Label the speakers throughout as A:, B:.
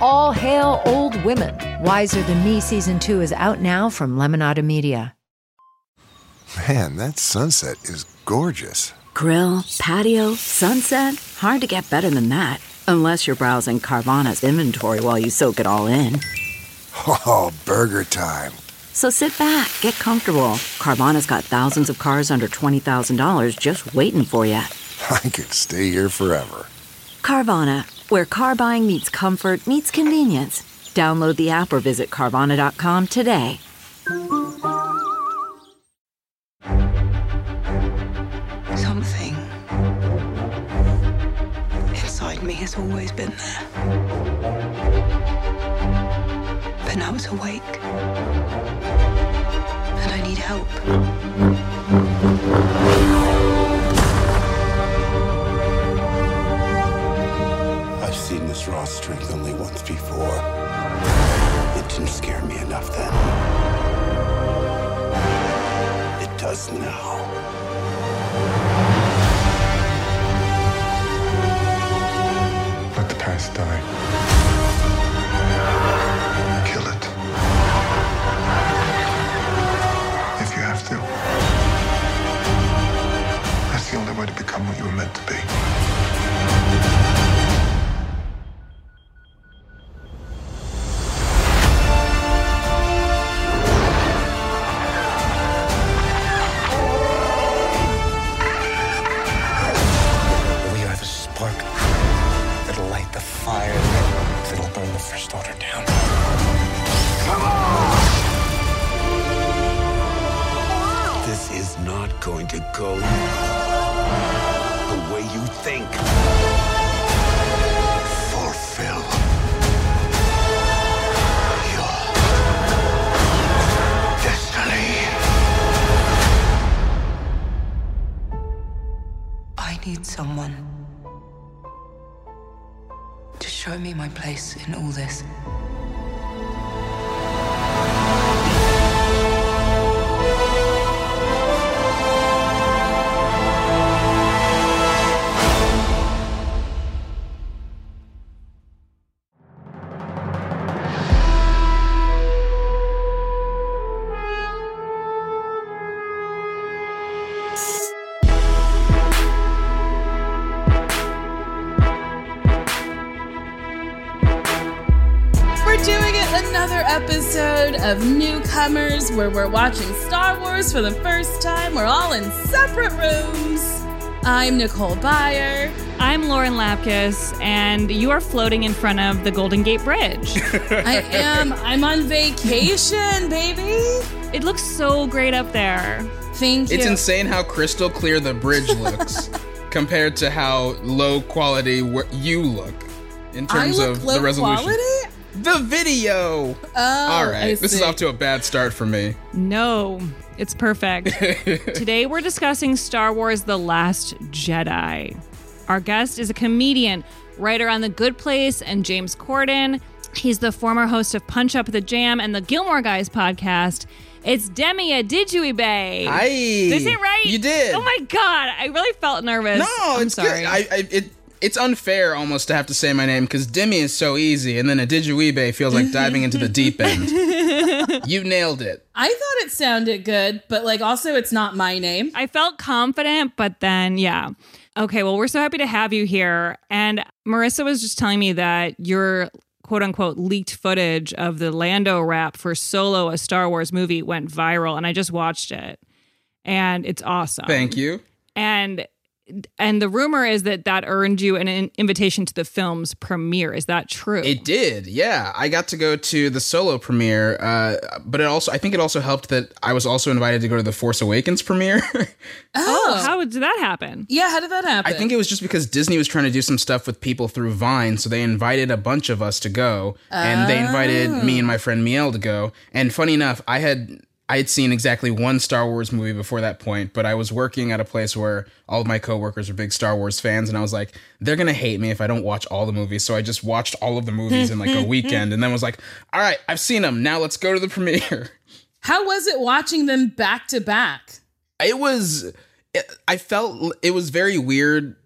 A: All hail old women. Wiser Than Me season two is out now from Lemonada Media.
B: Man, that sunset is gorgeous.
C: Grill, patio, sunset. Hard to get better than that. Unless you're browsing Carvana's inventory while you soak it all in.
B: Oh, burger time.
C: So sit back, get comfortable. Carvana's got thousands of cars under $20,000 just waiting for you.
B: I could stay here forever.
C: Carvana, where car buying meets comfort, meets convenience. Download the app or visit Carvana.com today.
D: Something inside me has always been there. But now it's awake. And I need help.
E: I've seen this raw strength only once before. It didn't scare me enough then. It does now.
F: Let the past die. Kill it. If you have to. That's the only way to become what you were meant to be.
E: We are the spark that'll light the fire that'll burn the First Order down. Come on! This is not going to go the way you think. Fulfill your destiny.
D: I need someone to show me my place in all this.
G: We're doing it another episode of Newcomers where we're watching Star Wars for the first time. We're all in separate rooms. I'm Nicole Byer.
H: I'm Lauren Lapkus, and you are floating in front of the Golden Gate Bridge.
G: I am. I'm on vacation, baby.
H: it looks so great up there.
G: Thank you.
I: It's insane how crystal clear the bridge looks compared to how low quality wh- you look in
G: I
I: terms
G: look
I: of
G: low
I: the resolution.
G: quality.
I: The video.
G: Oh,
I: All right,
G: I
I: this is
G: see.
I: off to a bad start for me.
H: No, it's perfect. Today we're discussing Star Wars The Last Jedi. Our guest is a comedian, writer on The Good Place, and James Corden. He's the former host of Punch Up the Jam and the Gilmore Guys podcast. It's Demi Adichie.
I: I
H: Is it right?
I: You did.
H: Oh my god, I really felt nervous.
I: No,
H: I'm
I: it's
H: sorry.
I: good. I, I, it, it's unfair almost to have to say my name because Demi is so easy, and then a Digiweebe feels like diving into the deep end. you nailed it.
G: I thought it sounded good, but like also it's not my name.
H: I felt confident, but then, yeah. Okay, well, we're so happy to have you here. And Marissa was just telling me that your quote unquote leaked footage of the Lando rap for Solo, a Star Wars movie, went viral. And I just watched it. And it's awesome.
I: Thank you.
H: And and the rumor is that that earned you an in- invitation to the film's premiere. Is that true?
I: It did, yeah. I got to go to the solo premiere, uh, but it also I think it also helped that I was also invited to go to the Force Awakens premiere.
H: oh, how did that happen?
G: Yeah, how did that happen?
I: I think it was just because Disney was trying to do some stuff with people through Vine, so they invited a bunch of us to go, and they invited me and my friend Miel to go. And funny enough, I had I had seen exactly one Star Wars movie before that point, but I was working at a place where all of my coworkers were big Star Wars fans, and I was like, they're gonna hate me if I don't watch all the movies. So I just watched all of the movies in like a weekend, and then was like, all right, I've seen them. Now let's go to the premiere.
G: How was it watching them back to back?
I: it was it, i felt it was very weird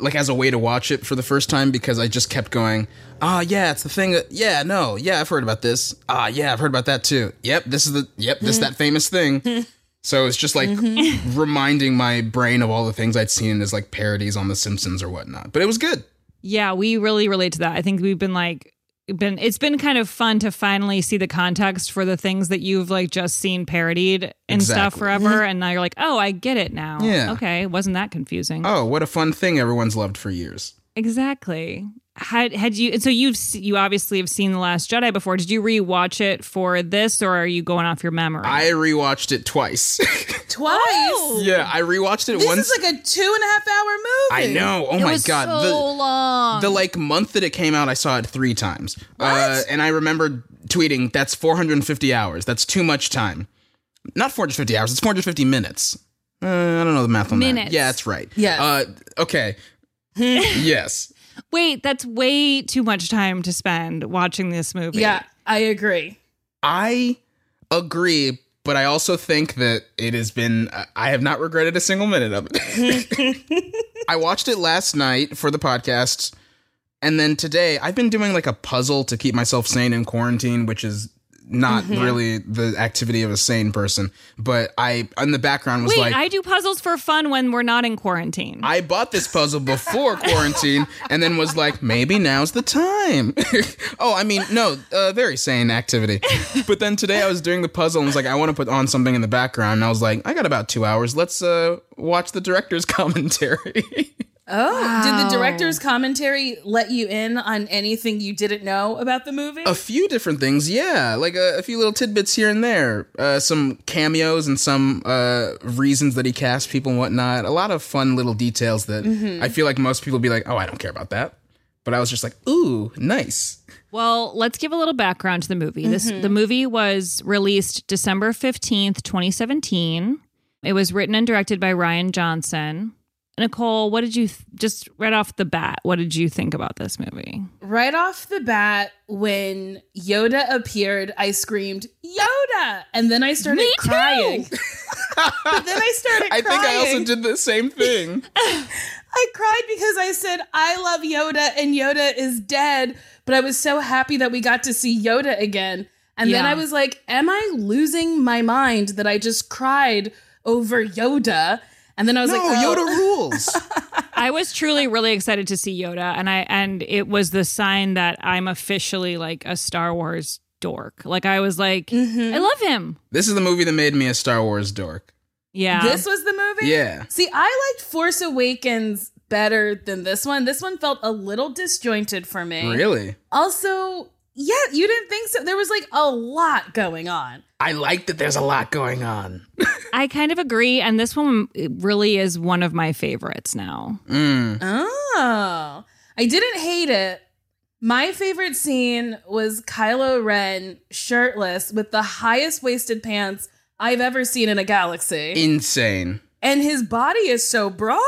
I: like as a way to watch it for the first time because i just kept going ah yeah it's the thing that, yeah no yeah i've heard about this ah yeah i've heard about that too yep this is the yep this that famous thing so it's just like
H: Mm-hmm.
I: reminding my brain of all the things i'd seen as like parodies on the simpsons or whatnot but it was good
H: Yeah, we really relate to that. I think we've been like been it's been kind of fun to finally see the context for the things that you've like just seen parodied and stuff
I: Exactly. Mm-hmm.
H: forever and now you're like, "Oh, I get it now."
I: Yeah.
H: Okay, wasn't that confusing?
I: oh what a fun thing everyone's loved for years
H: Exactly. Had had you and so you've se- you obviously have seen the Last Jedi before. Did you rewatch it for this, or are you going off your memory?
I: i rewatched it twice
G: Twice.
I: yeah i rewatched it
G: This
I: Oh. once
G: is like a two and a half hour
I: I
G: movie.
I: know. Oh
H: it
I: my
H: was
I: god.
H: so
I: the,
H: long.
I: the like month that it came out, I saw it three times. Uh, and I remember tweeting, "That's 450 hours. That's too much time. Not 450 hours. It's 450 minutes. Uh, I don't know the math on
H: Minutes.
I: that. Yeah, that's right.
G: Yes.
I: Uh, okay. yes.
H: Wait, that's way too much time to spend watching this movie.
G: Yeah, I agree.
I: I agree, but I also think that it has been, I- I have not regretted a single minute of it. I watched it last night for the podcast. And then today, I've been doing like a puzzle to keep myself sane in quarantine, which is not
H: Mm-hmm.
I: really the activity of a sane person. But I, in the background, was
H: Wait,
I: like,
H: I do puzzles for fun when we're not in quarantine.
I: I bought this puzzle before quarantine and then was like, maybe now's the time. oh, I mean, no, uh, very sane activity. But then today I was doing the puzzle and was like, I want to put on something in the background. And I was like, I got about two hours. Let's uh, watch the director's commentary.
G: Oh, did the director's commentary let you in on anything you didn't know about the movie?
I: a few different things, yeah. Like uh, a, a few little tidbits here and there. Uh, some cameos and some uh, reasons that he cast people and whatnot. A lot of fun little details that I feel like most people would be like, oh, I don't care about that. But I was just like, ooh, nice.
H: well, let's give a little background to the movie. This
G: Mm-hmm.
H: the movie was released December 15th, 2017. It was written and directed by Ryan Johnson. Nicole, what did you th- just right off the bat? What did you think about this movie?
G: right off the bat, when Yoda appeared, I screamed, Yoda! And then I started
H: Me too!
G: crying. but then I started
I: I think I also
G: crying.
I: did the same thing.
G: I cried because I said, I love Yoda and Yoda is dead. But I was so happy that we got to see Yoda again. And then
H: Yeah.
G: I was like, Am I losing my mind that I just cried over Yoda? And then I was
I: no,
G: like, oh.
I: Yoda rules.
H: I was truly really excited to see Yoda, and I and it was the sign that I'm officially like a Star Wars dork. Like I was like,
G: Mm-hmm.
H: I love him.
I: this is the movie that made me a Star Wars dork.
H: Yeah,
G: This was the movie?
I: Yeah.
G: See, I liked Force Awakens better than this one. This one felt a little disjointed for me.
I: Really?
G: Also, yeah, you didn't think so. There was like a lot going on.
I: I like that there's a lot going on.
H: I kind of agree, and this one really is one of my favorites now.
I: Mm.
G: Oh. I didn't hate it. My favorite scene was Kylo Ren shirtless with the highest waisted pants I've ever seen in a galaxy.
I: Insane.
G: and his body is so broad.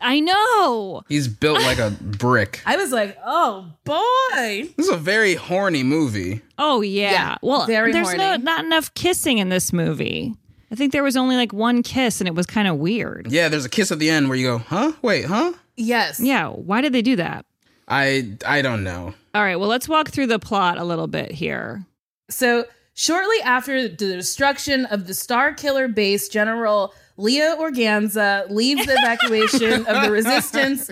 H: I know.
I: He's built like a brick.
G: I was like, oh boy.
I: This is a very horny movie.
H: Oh yeah.
G: Yeah,
H: well,
G: very
H: there's no
G: horny.
H: not enough kissing in this movie. I think there was only like one kiss, and it was kind of weird.
I: Yeah, there's a kiss at the end where you go, huh? Wait, huh?
G: Yes.
H: Yeah, why did they do that?
I: I I don't know.
H: All right, well, let's walk through the plot a little bit here.
G: So, shortly after the destruction of the Star Killer base, General Leo Organza leads the evacuation of the resistance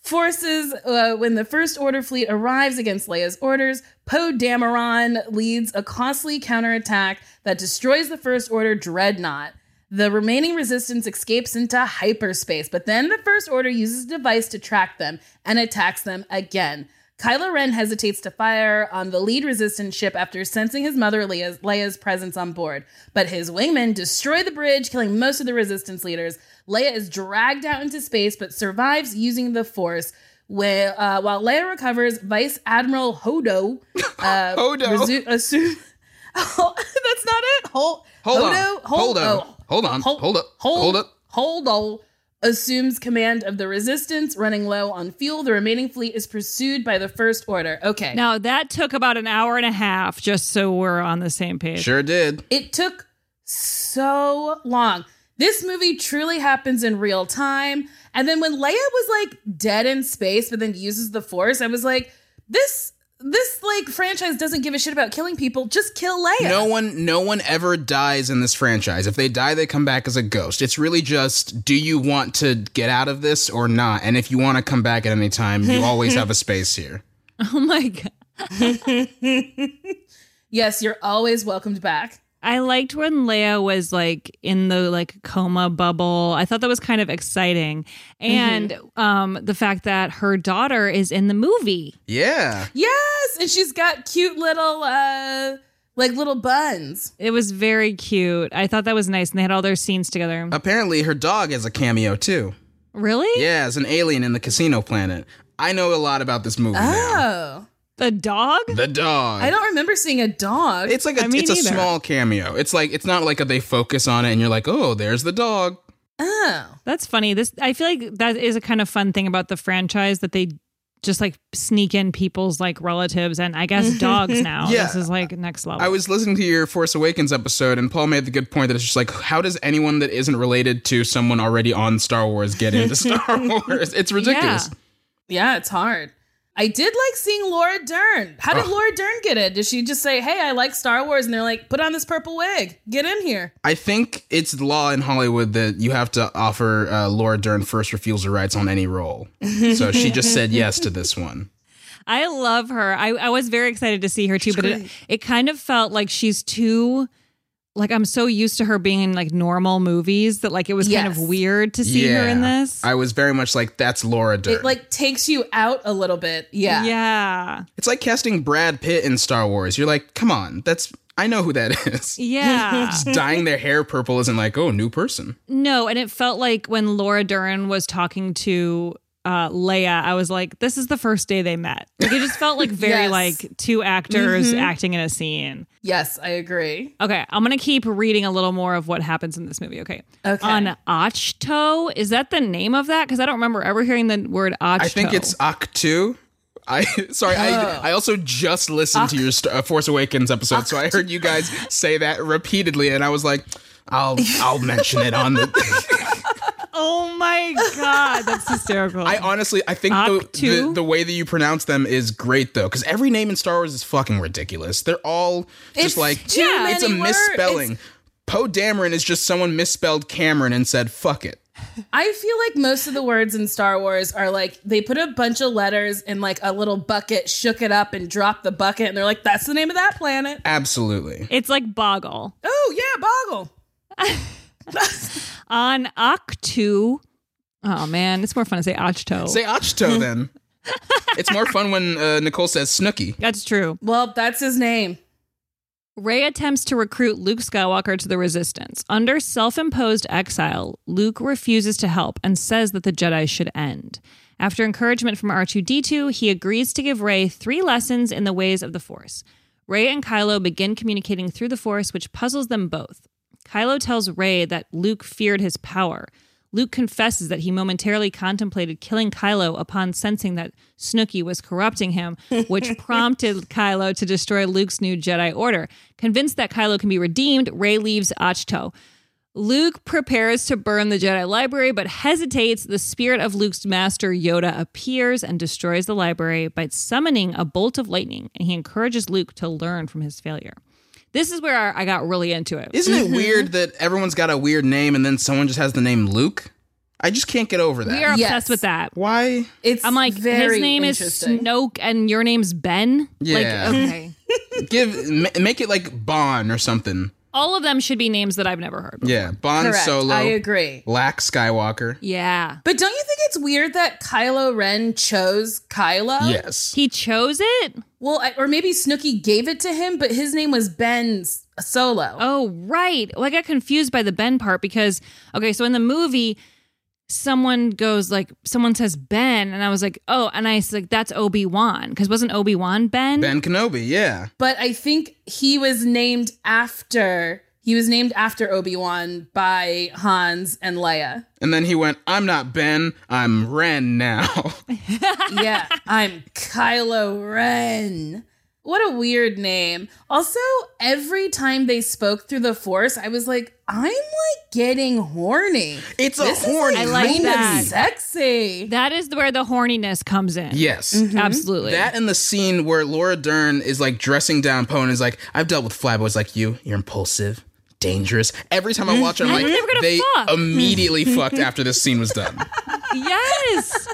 G: forces uh, when the First Order fleet arrives against Leia's orders. Poe Dameron leads a costly counterattack that destroys the First Order dreadnought. The remaining resistance escapes into hyperspace, but then the First Order uses a device to track them and attacks them again. Kylo Ren hesitates to fire on the lead resistance ship after sensing his mother Leia's, Leia's presence on board, but his wingmen destroy the bridge, killing most of the resistance leaders. Leia is dragged out into space but survives using the Force. Wh- uh, while Leia recovers, Vice Admiral Hodo, uh,
I: Hodo.
G: resu- assume- Oh, that's not it. Hold,
I: Hold on.
G: Hodo-
I: Hold on.
G: oh.
I: Hold on. Hold up. Hold up.
G: Hold on. Assumes command of the resistance, running low on fuel. The remaining fleet is pursued by the First Order. Okay.
H: Now, that took about an hour and a half, just so we're on the same page.
I: Sure did.
G: It took so long. This movie truly happens in real time. And then when Leia was like dead in space, but then uses the force, I was like, this this like franchise doesn't give a shit about killing people. Just kill Leia.
I: No one no one ever dies in this franchise. If they die, they come back as a ghost. It's really just do you want to get out of this or not? And if you want to come back at any time, you always have a space here.
H: Oh my God.
G: Yes, you're always welcomed back.
H: I liked when Leia was like in the like coma bubble. I thought that was kind of exciting.
G: Mm-hmm.
H: And um the fact that her daughter is in the movie.
I: Yeah.
G: Yes, and she's got cute little uh like little buns.
H: It was very cute. I thought that was nice and they had all their scenes together.
I: Apparently her dog is a cameo too.
H: really?
I: Yeah, as an alien in the casino planet. I know a lot about this movie now.
G: Oh.
H: The dog?
I: The dog.
G: I don't remember seeing a dog.
I: it's like a
H: I mean
I: it's a
H: either.
I: small cameo. It's like it's not like a, they focus on it and you're like, "Oh, there's the dog."
G: oh.
H: That's funny. This I feel like that is a kind of fun thing about the franchise that they just like sneak in people's like relatives and I guess dogs now.
I: Yeah.
H: This is like next level.
I: I was listening to your Force Awakens episode, and Paul made the good point that it's just like, how does anyone that isn't related to someone already on Star Wars get into Star Wars? It's ridiculous.
G: Yeah, it's hard. I did like seeing Laura Dern. How did Laura Dern get it? Did she just say, "Hey, I like Star Wars," and they're like, "Put on this purple wig, get in here"?
I: I think it's the law in Hollywood that you have to offer uh, Laura Dern first refusal rights on any role. So she just said yes to this one.
H: I love her. I, I was very excited to see her too, but it, it kind of felt like she's too like I'm so used to her being in like normal movies that like it was kind of
G: Yes.
H: weird to see her in this.
I: I was very much like, that's Laura Dern.
G: It like takes you out a little bit. Yeah,
H: Yeah.
I: it's like casting Brad Pitt in Star Wars. You're like, come on, that's I know who that is.
H: Yeah.
I: Just dyeing their hair purple isn't like, oh, new person.
H: no, and it felt like when Laura Dern was talking to uh, Leia, I was like, this is the first day they met. Like it just felt like very
G: Yes. Mm-hmm.
H: like two actors acting in a scene.
G: Yes, I agree.
H: Okay, I'm gonna keep reading a little more of what happens in this movie. Okay.
G: Okay.
H: On Ochto, is that the name of that? Because I don't remember ever hearing the word Ochto.
I: I think it's Octu. I sorry. I I also just listened to your Star, uh, Force Awakens episode, so I heard you guys say that repeatedly, and I was like, I'll I'll mention it on the.
H: Oh my god, that's hysterical.
I: I honestly, I think the, the
H: Octu?
I: the way that you pronounce them is great though, because every name in Star Wars is fucking ridiculous. They're all just
G: It's
I: like
G: too Yeah.
I: it's a
G: many words.
I: misspelling. Poe Dameron is just someone misspelled Cameron and said fuck it.
G: I feel like most of the words in Star Wars are like they put a bunch of letters in like a little bucket, shook it up, and dropped the bucket, and they're like, "That's the name of that planet."
I: Absolutely.
H: it's like Boggle.
G: Oh yeah, Boggle.
H: On Octu. Oh man, it's more fun to say
G: Oh.
H: Ochto.
I: Say Ochto then. it's more fun when uh, Nicole says Snooky.
H: that's true.
G: Well, that's his name.
H: Rey attempts to recruit Luke Skywalker to the Resistance. Under self imposed exile, Luke refuses to help and says that the Jedi should end. After encouragement from R2 D2, he agrees to give Rey three lessons in the ways of the Force. Rey and Kylo begin communicating through the Force, which puzzles them both. Kylo tells Rey that Luke feared his power. Luke confesses that he momentarily contemplated killing Kylo upon sensing that Snooki was corrupting him, which prompted Kylo to destroy Luke's new Jedi Order. Convinced that Kylo can be redeemed, Rey leaves Ochto. Luke prepares to burn the Jedi library, but hesitates. The spirit of Luke's master, Yoda, appears and destroys the library by summoning a bolt of lightning, and he encourages Luke to learn from his failure. This is where I got really into it.
I: Isn't it weird that everyone's got a weird name and then someone just has the name Luke? I just can't get over that.
H: We are
G: Yes.
H: obsessed with that.
I: Why?
G: It's
H: I'm like,
G: very
H: his name is
G: interesting.
H: Snoke and your name's Ben.
I: Yeah.
H: Like, okay.
I: Give ma- make it like Bon or something.
H: All of them should be names that I've never heard. Before.
I: Yeah, Bond
G: Correct.
I: Solo.
G: I agree.
I: Lack Skywalker.
H: Yeah.
G: But don't you think it's weird that Kylo Ren chose Kylo?
I: Yes.
H: He chose it?
G: Well, I- or maybe Snooki gave it to him, but his name was Ben S- Solo.
H: Oh, right. Well, I got confused by the Ben part because, okay, so in the movie, someone goes like, someone says Ben, and I was like, oh, and I was like, that's Obi Wan. Because wasn't Obi Wan Ben?
I: ben Kenobi. Yeah.
G: But I think he was named after he was named after Obi Wan by Hans and Leia.
I: And then he went, "I'm not Ben. I'm Ren now."
G: Yeah, I'm Kylo Ren. What a weird name. Also, every time they spoke through the Force, I was like, I'm like getting horny.
I: it's a
G: This is,
I: horny.
H: I like
I: movie.
G: Kind
H: that.
G: of sexy.
H: That is where the horniness comes in.
I: Yes.
G: Mm-hmm.
H: Absolutely.
I: That and the scene where Laura Dern is like dressing down Poe and is like, I've dealt with flyboys like you. You're impulsive, dangerous. Every time I watch it, I'm
H: I
I: like,
H: knew they were Mm-hmm. gonna
I: they
H: fuck. Mm-hmm.
I: immediately fucked after this scene was done.
H: yes.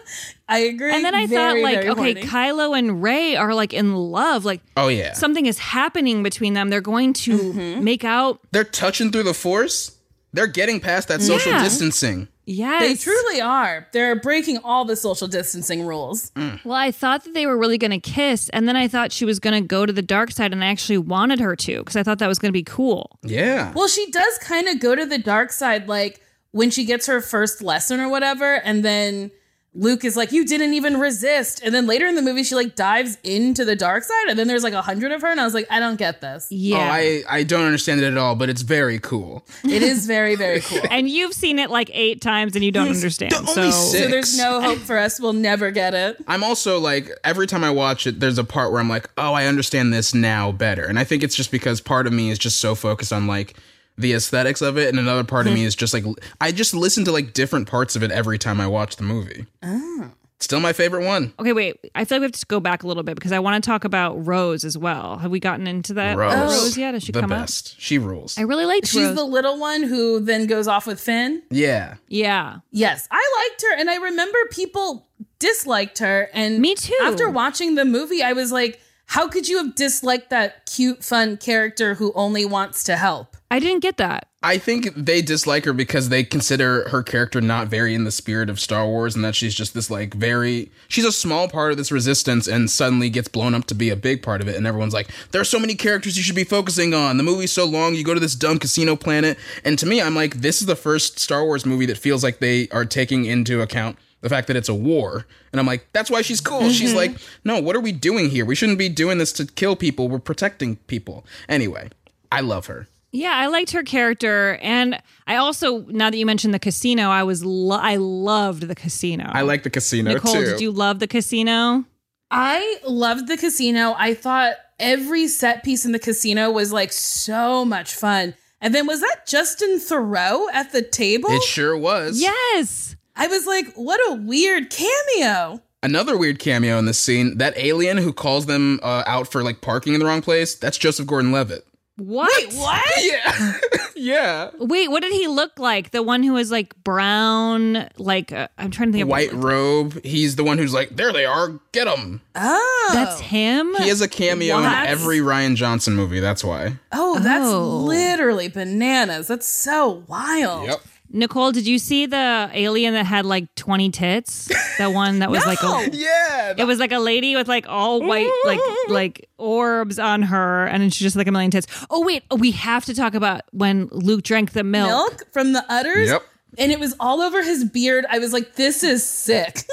G: I agree.
H: And then I thought,
G: Very,
H: like,
G: very
H: okay,
G: horny.
H: Kylo and Ray are like in love. Like,
I: Oh, yeah. Mm-hmm.
H: something is happening between them. They're going to make out.
I: They're touching through the force. They're getting past that social
H: Yeah.
I: distancing.
H: Yes.
G: They truly are. They're breaking all the social distancing rules.
H: Well, I thought that they were really going to kiss, and then I thought she was going to go to the dark side, and I actually wanted her to because I thought that was going to be cool.
I: Yeah.
G: Well, she does kind of go to the dark side, like when she gets her first lesson or whatever, and then Luke is like, "You didn't even resist." And then later in the movie, she like dives into the dark side, and then there's like a hundred of her, and I was like, "I don't get this."
H: Yeah.
I: Oh, I, I don't understand it at all, but it's very cool.
G: It is very very cool.
H: and you've seen it like eight times, and you don't understand.
I: only
H: so
I: six.
G: So there's no hope for us. We'll never get it.
I: I'm also like, every time I watch it, there's a part where I'm like, oh, I understand this now better. And I think it's just because part of me is just so focused on like the aesthetics of it. And another part of me is just like, l- I just listen to like different parts of it every time I watch the movie. Oh. Still my favorite one.
H: okay, wait. I feel like we have to go back a little bit because I want to talk about Rose as well. Have we gotten into that
I: Rose.
H: yet? Has she
I: the
H: come up?
I: best. She rules.
H: I really liked
G: She's
H: Rose.
G: the little one who then goes off with Finn.
I: yeah.
H: yeah.
G: Yes, I liked her, and I remember people disliked her. And
H: Me too.
G: After watching the movie, I was like, "How could you have disliked that cute, fun character who only wants to help?"
H: I didn't get that.
I: I think they dislike her because they consider her character not very in the spirit of Star Wars and that she's just this like very she's a small part of this resistance and suddenly gets blown up to be a big part of it and everyone's like there are so many characters you should be focusing on the movie's so long you go to this dumb casino planet and to me I'm like this is the first Star Wars movie that feels like they are taking into account the fact that it's a war and I'm like that's why she's cool she's like no what are we doing here we shouldn't be doing this to kill people we're protecting people anyway I love her
H: Yeah, I liked her character, and I also now that you mentioned the casino, I was lo- I loved the casino.
I: I like the casino
H: Nicole,
I: too.
H: did you love the casino?
G: I loved the casino. I thought every set piece in the casino was like so much fun. And then was that Justin Thoreau at the table?
I: It sure was.
H: Yes.
G: I was like, "What a weird cameo."
I: Another weird cameo in this scene that alien who calls them uh, out for like parking in the wrong place, that's Joseph Gordon Levitt.
H: What? Wait, what?
I: Yeah. yeah.
H: did he look like? The one who was like brown, like uh, I'm trying to think of what he
I: White
H: looked
I: robe. He's the one who's like, there they are, get them.
H: Uh,
G: Oh,
H: like. That's him.
I: He has a cameo
G: What?
I: in every Ryan Johnson movie, that's why.
G: oh, that's
H: Oh.
G: literally bananas. That's so wild.
H: Nicole, did you see the alien that had like 20 tits? The one that was like a
I: Yeah.
H: It was like a lady with like all white like like orbs on her, and then she just had, like a million tits. Oh wait, oh, we have to talk about when Luke drank the milk.
G: milk from the udders.
I: Yep.
G: And it was all over his beard. I was like, this is sick.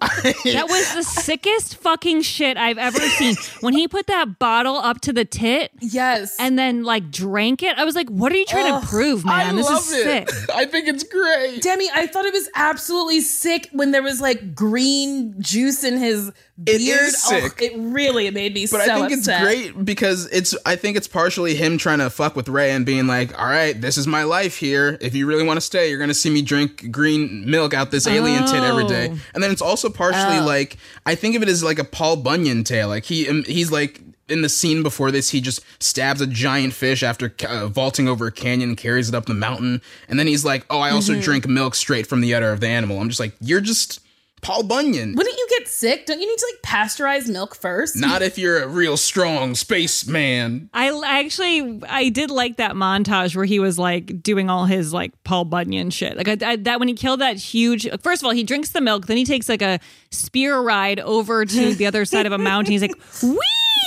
H: That was the sickest fucking shit I've ever seen. When he put that bottle up to the tit
G: yes.
H: and then like drank it, I was like, "What are you trying to prove, man?
I: I
H: this
I: love
H: is
I: it.
H: sick."
I: I think it's great.
G: Demi, I thought it was absolutely sick when there was like green juice in his beard.
I: is sick.
G: Oh, it really made me
I: But
G: so
I: I think
G: upset.
I: it's great because it's I think it's partially him trying to fuck with Ray and being like, "All right, this is my life here. If you really want to stay, you're going to see me drink green milk out this alien tit every day."
H: Oh.
I: And then it's also
G: Uh.
I: partially like I think of it as like a Paul Bunyan tale. Like he um, he's like in the scene before this, he just stabs a giant fish after uh, vaulting over a canyon, carries it
G: Mm-hmm.
I: up the mountain, and then he's like, "Oh, I also drink milk straight from the udder of the animal." I'm just like, "You're just Paul Bunyan.
G: Wouldn't you get sick? Don't you need to like pasteurize milk first?
I: Not if you're a real strong spaceman.
H: I l- actually I did like that montage where he was like doing all his like Paul Bunyan shit. Like I, I, that when he killed that huge. First of all, he drinks the milk, then he takes like a spear ride over to the other side of a mountain. He's like, wee.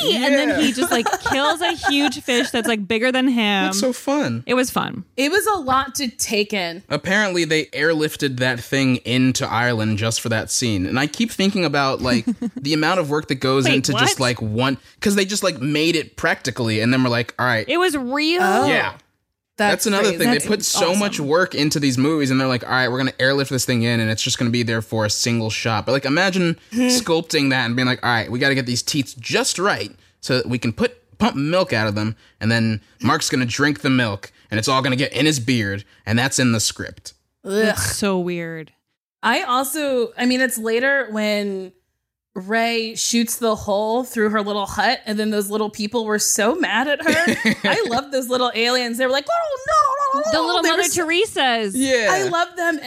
H: And then he just like kills a huge fish that's like bigger than him.
I: That's so fun.
H: Um, it was fun.
G: It was a lot to take in.
I: Apparently, they airlifted that thing into Ireland just for that scene. And I keep thinking about like the amount of work that goes
H: Wait,
I: into
H: what?
I: just like one because they just like made it practically, and then we're like, all right,
H: It was real.
I: yeah. That's, another
G: crazy.
I: thing.
G: That's
I: they put so
H: awesome.
I: much work into these movies, and they're like, all right, we're going to airlift this thing in, and it's just going to be there for a single shot. But like, imagine sculpting that and being like, all right, we got to get these teeth just right so that we can put pump milk out of them, and then Mark's going to drink the milk, and it's all going to get in his beard, and that's in the script.
H: That's so weird.
G: I also, I mean, it's later when Ray shoots the hole through her little hut, and then those little people were so mad at her. I love those little aliens. They were like, "Oh no!" no, no,
H: The
G: no."
H: little
G: They were
H: Mother
G: so-
H: Teresa's.
I: Yeah,
G: I love them.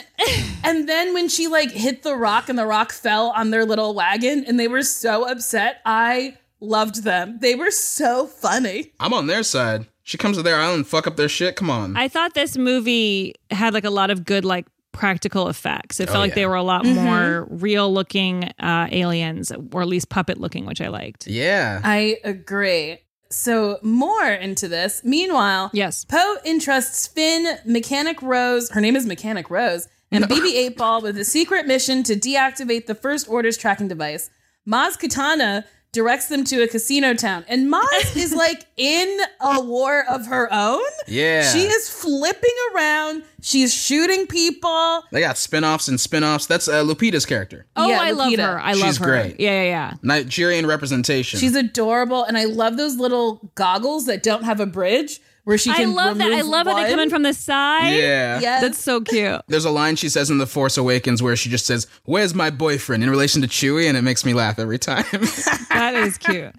G: And then when she like hit the rock and the rock fell on their little wagon, and they were so upset. I loved them. They were so funny.
I: I'm on their side. She comes to their island, fuck up their shit. Come on.
H: I thought this movie had like a lot of good like practical effects. It felt like
I: Oh, yeah.
H: they were a lot
G: Mm-hmm.
H: more real looking uh, aliens, or at least puppet looking, which I liked.
I: yeah.
G: I agree. So, more into this. Meanwhile,
H: Yes.
G: Poe entrusts Finn, Mechanic Rose, her name is Mechanic Rose, and BB 8 Ball with a secret mission to deactivate the First Order's tracking device. Maz Katana directs them to a casino town, and Maz is like in a war of her own.
I: yeah.
G: She is flipping around, she's shooting people.
I: they got spin-offs and spin-offs. That's uh, Lupita's character.
H: Oh,
G: Yeah,
H: I love
G: Lupita.
H: her. I love
I: She's
H: her.
I: great.
H: Yeah, yeah, yeah.
I: Nigerian representation.
G: She's adorable, and I love those little goggles that don't have a bridge where she
H: I
G: can.
H: love that. I
G: remove
H: love how they come in
G: one.
H: from the side.
I: yeah.
G: Yes.
H: That's so cute.
I: There's a line she says in The Force Awakens where she just says, Where's my boyfriend? in relation to Chewie, and it makes me laugh every time.
H: that is cute.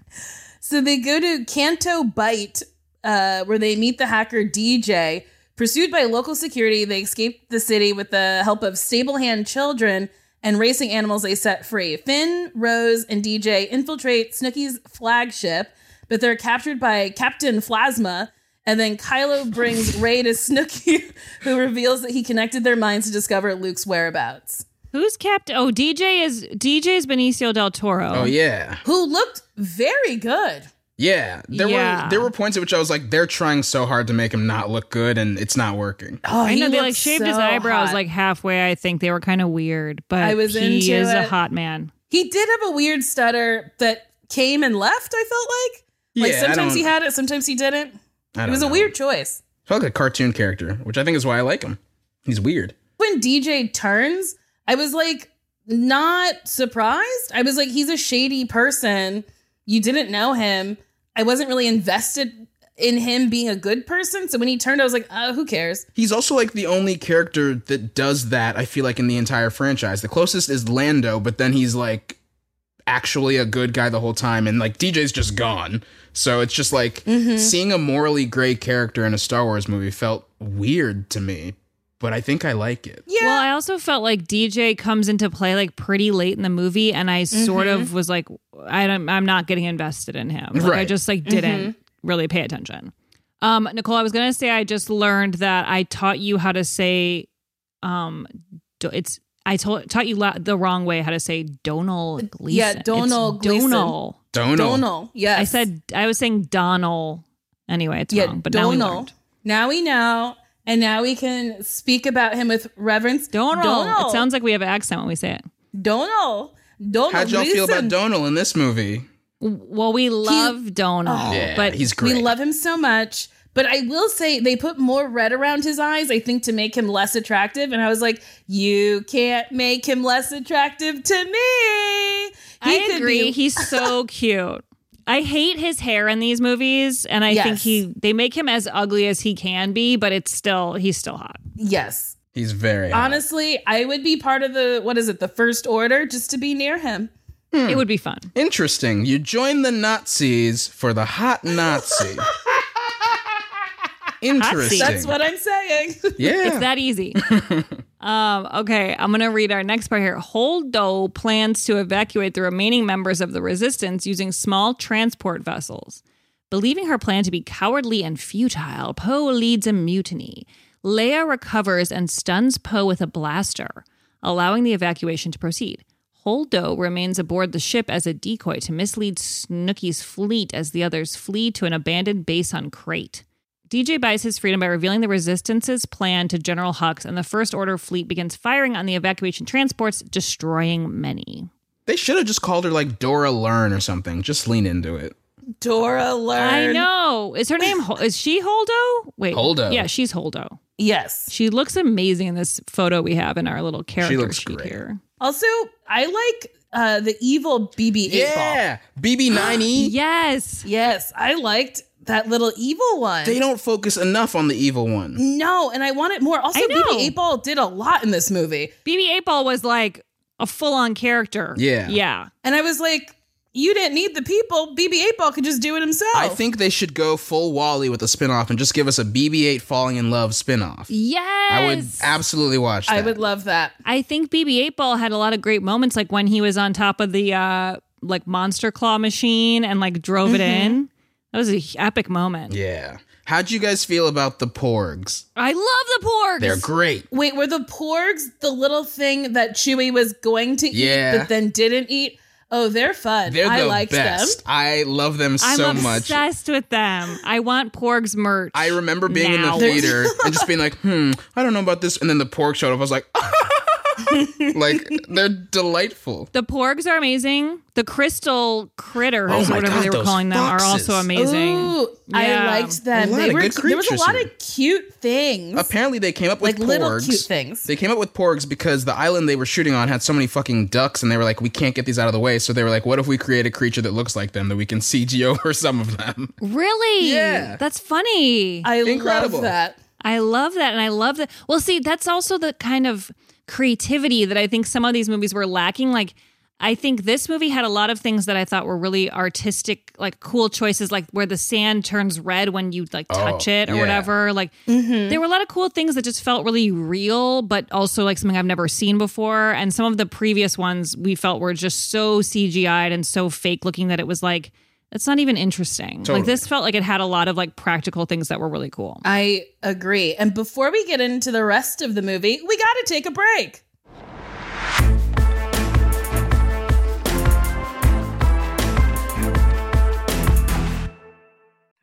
G: So they go to Canto Bite, uh, where they meet the hacker DJ. Pursued by local security, they escape the city with the help of stable hand children and racing animals they set free. Finn, Rose, and DJ infiltrate Snooky's flagship, but they're captured by Captain Plasma. And then Kylo brings Ray to Snooky, who reveals that he connected their minds to discover Luke's whereabouts.
H: Who's kept? Oh, DJ is DJ is Benicio del Toro.
I: oh, yeah.
G: Who looked very good.
I: Yeah. There
H: Yeah.
I: were there were points at which I was like, they're trying so hard to make him not look good and it's not working.
G: Oh,
H: I
G: he
H: know they
G: looked
H: like shaved his
G: so
H: eyebrows
G: hot.
H: like halfway. I think they were kind of weird, but
G: I was
H: he
G: into
H: is a
G: it.
H: hot man.
G: He did have a weird stutter that came and left, I felt like. Like
I: Yeah, I
G: sometimes
I: don't-
G: he had it, sometimes he didn't.
I: I
G: It
I: don't
G: was a
I: know.
G: weird choice.
I: felt like a cartoon character, which I think is why I like him. He's weird.
G: When DJ turns, I was like not surprised. I was like, he's a shady person. You didn't know him. I wasn't really invested in him being a good person. So when he turned, I was like, uh, who cares?
I: He's also like the only character that does that, I feel like, in the entire franchise. The closest is Lando, but then he's like actually a good guy the whole time, and like DJ's just gone. So it's just like
G: Mm-hmm.
I: seeing a morally gray character in a Star Wars movie felt weird to me, but I think I like it.
G: Yeah.
H: Well, I also felt like DJ comes into play like pretty late in the movie, and I sort of
G: Mm-hmm.
H: was like, I don't, I'm not getting invested in him. Like, I
I: Right.
H: just like didn't
G: Mm-hmm.
H: really pay attention. Um, Nicole, I was gonna say I just learned that I taught you how to say, um, do- it's I told taught you la- the wrong way how to say Donal Gleason. It's
G: Donal Gleason.
H: Donal.
I: Don't know.
G: Donal. Yes.
H: I said I was saying Donal. Anyway, it's wrong. But now we
G: Donal.
H: learned.
G: Now we know. And now we can speak about him with reverence.
H: Donal.
G: Donal.
H: It sounds like we have an accent when we say it.
G: Donal. Donal.
I: How'd y'all feel
G: Gleason.
I: about Donal in this movie?
H: Well, we love Donal,
G: Oh.
I: Yeah,
H: but
I: he's great.
G: We love him so much. But I will say they put more red around his eyes, I think, to make him less attractive. And I was like, you can't make him less attractive to me. He
H: I
G: could
H: agree.
G: be-
H: He's so cute. I hate his hair in these movies, and I think
G: Yes.
H: he they make him as ugly as he can be, but it's still he's still hot.
G: yes.
I: He's very hot.
G: Honestly, I would be part of the what is it, the first order, just to be near him. Hmm.
H: It would be fun.
I: interesting. You join the Nazis for the hot Nazi. interesting.
G: That's what I'm saying.
I: yeah.
H: It's that easy. Um, okay, I'm going to read our next part here. Holdo plans to evacuate the remaining members of the resistance using small transport vessels. Believing her plan to be cowardly and futile, Poe leads a mutiny. Leia recovers and stuns Poe with a blaster, allowing the evacuation to proceed. Holdo remains aboard the ship as a decoy to mislead Snooky's fleet as the others flee to an abandoned base on Crate. DJ buys his freedom by revealing the Resistance's plan to General Hux, and the First Order fleet begins firing on the evacuation transports, destroying many.
I: They should have just called her like Dora Learn or something. Just lean into it.
G: Dora Learn.
H: I know. Is her name? Hol- Is she Holdo? Wait,
I: Holdo.
H: Yeah, she's Holdo.
G: Yes.
H: She looks amazing in this photo we have in our little character
I: looks
H: sheet
I: great.
H: here.
G: Also, I like uh, the evil BB-8 ball.
I: Yeah, BB9E.
H: Yes.
G: Yes, I liked that little evil one.
I: They don't focus enough on the evil one.
G: No, and I want it more. Also,
H: I know.
G: BB-8 ball did a lot in this movie,
H: BB 8 Ball was like a full on character.
I: Yeah.
H: Yeah.
G: and I was like, you didn't need the people. BB-8 ball could just do it himself.
I: I think they should go full Wally with a spinoff and just give us a BB-8 Falling in Love spinoff.
H: Yes.
I: I would absolutely watch that.
G: I would love that.
H: I think BB 8 Ball had a lot of great moments, like when he was on top of the uh, like monster claw machine and like drove it in. That was an epic moment.
I: Yeah. How'd you guys feel about the Porgs?
H: I love the porgs.
I: They're great.
G: Wait, were the porgs the little thing that Chewie was going to
I: Yeah.
G: eat but then didn't eat? Oh, they're fun.
I: They're
G: I
I: the
G: liked
I: best.
G: them.
I: I love them
H: I'm
I: so much.
H: obsessed with them. I want porgs merch.
I: I remember being
H: now.
I: in the theater and just being like, hmm, I don't know about this. And then the pork showed up. I was like, like they're delightful.
H: The porgs are amazing. The crystal critters,
I: Oh
H: or
I: my
H: whatever
I: God,
H: they were
I: those
H: calling them, are
I: foxes.
H: also amazing.
G: Ooh, I
H: Yeah.
G: liked them.
I: A lot
G: They
I: of
G: were,
I: good
G: there was a
I: creatures
G: lot
I: here.
G: of cute things.
I: Apparently, they came up with
G: Like little
I: porgs.
G: cute things.
I: They came up with porgs because the island they were shooting on had so many fucking ducks, and they were like, we can't get these out of the way. So they were like, what if we create a creature that looks like them that we can CG over some of them?
H: Really?
I: Yeah.
H: That's funny.
G: I
I: Incredible.
G: love that.
H: I love that. And I love that. Well, see, that's also the kind of creativity that I think some of these movies were lacking. Like, I think this movie had a lot of things that I thought were really artistic, like cool choices, like where the sand turns red when you like touch
I: Oh,
H: it or
I: yeah.
H: whatever. Like, there were a lot of cool things that just felt really real, but also like something I've never seen before. And some of the previous ones we felt were just so CGI'd and so fake looking that it was like, it's not even interesting. Like,
I: Totally.
H: this felt like it had a lot of like practical things that were really cool.
G: I agree. And before we get into the rest of the movie, we got to take a break.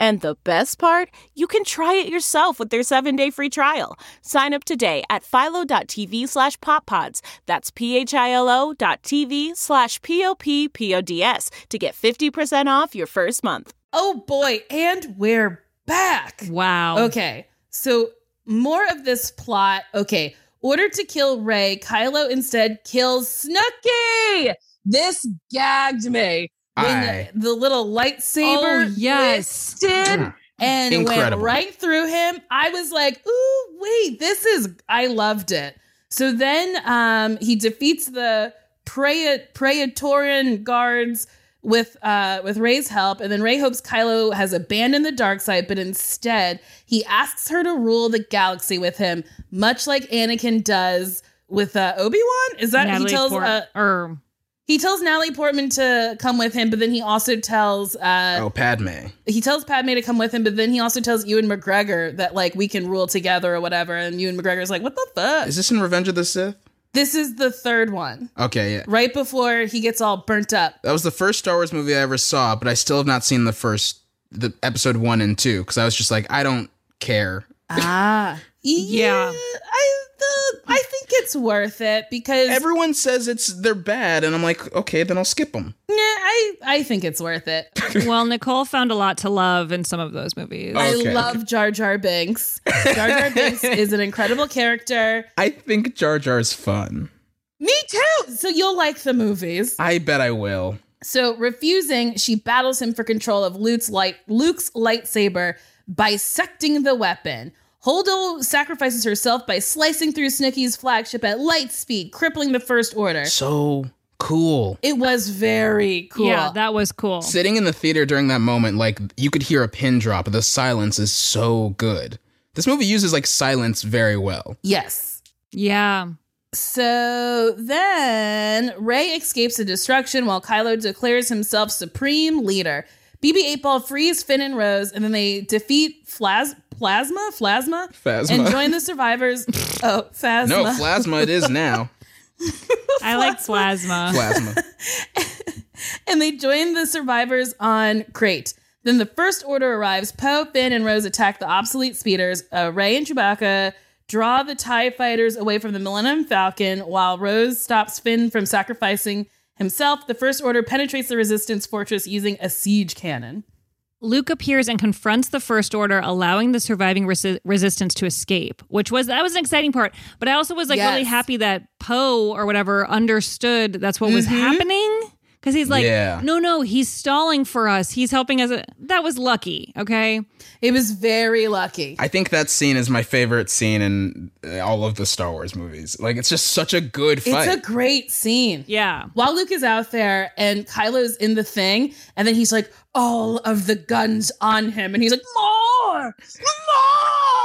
J: And the best part, you can try it yourself with their 7-day free trial. Sign up today at philo.tv slash poppods. That's p-h-i-l-o dot tv slash p-o-p-p-o-d-s to get 50% off your first month.
G: Oh boy, and we're back.
H: Wow.
G: Okay, so more of this plot. Okay, ordered to kill Ray, Kylo instead kills Snooki. This gagged me.
I: I- Hmm.
G: the, the little lightsaber
H: Oh, yes.
G: twisted and
I: Incredible.
G: went right through him. I was like, ooh, wait, this is I loved it. So then um he defeats the Prae- Praetorian guards with uh with Ray's help, and then Ray hopes Kylo has abandoned the dark side, but instead he asks her to rule the galaxy with him, much like Anakin does with uh Obi-Wan. Is that
H: Natalie Er.
G: he tells
H: Port-
G: uh,
H: or
G: he tells Natalie Portman to come with him, but then he also tells uh
I: Oh, Padme.
G: he tells Padme to come with him, but then he also tells Ewan McGregor that like we can rule together or whatever. And Ewan McGregor's like, what the fuck?
I: Is this in Revenge of the Sith?
G: This is the third one,
I: Okay, yeah.
G: right before he gets all burnt up.
I: That was the first Star Wars movie I ever saw, but I still have not seen the first, the episode one and two, because I was just like, I don't care.
G: Ah, yeah. I the, I think it's worth it because
I: Everyone says it's they're bad, and I'm like, okay, then I'll skip them.
G: Nah, I I think it's worth it.
H: well, Nicole found a lot to love in some of those movies.
G: I love Jar Jar Binks. Jar Jar Binks is an incredible character.
I: I think Jar Jar is fun.
G: Me too. So you'll like the movies.
I: I bet I will.
G: So refusing, she battles him for control of Luke's light Luke's lightsaber, bisecting the weapon. Holdo sacrifices herself by slicing through Snooki's flagship at light speed, crippling the First Order.
I: So cool.
G: It was very cool.
H: Yeah, that was cool.
I: Sitting in the theater during that moment, like you could hear a pin drop. The silence is so good. This movie uses like silence very well.
G: yes.
H: Yeah.
G: So then Ray escapes the destruction while Kylo declares himself supreme leader. BB 8 Ball frees Finn and Rose, and then they defeat Flas- Plasma? Plasma?
I: Phasma.
G: And join the survivors. oh, Phasma.
I: No, plasma it is now.
H: I like plasma.
I: Plasma.
G: and they join the survivors on Crate. Then the First Order arrives. Poe, Finn, and Rose attack the obsolete speeders. Uh, Ray and Chewbacca draw the TIE fighters away from the Millennium Falcon while Rose stops Finn from sacrificing himself. The First Order penetrates the Resistance fortress using a siege cannon.
H: Luke appears and confronts the First Order, allowing the surviving resi- resistance to escape, which was that was an exciting part. But I also was like really
G: Yes.
H: happy that Poe or whatever understood that's what was
G: Mhm.
H: happening because he's like,
I: Yeah.
H: no, no, he's stalling for us. He's helping us. That was lucky. Okay,
G: It was very lucky.
I: I think that scene is my favorite scene in uh, all of the Star Wars movies. Like it's just such a good fight.
G: It's a great scene.
H: yeah,
G: While Luke is out there and Kylo's in the thing, and then he's like, all of the guns on him, and he's like, Maul! more,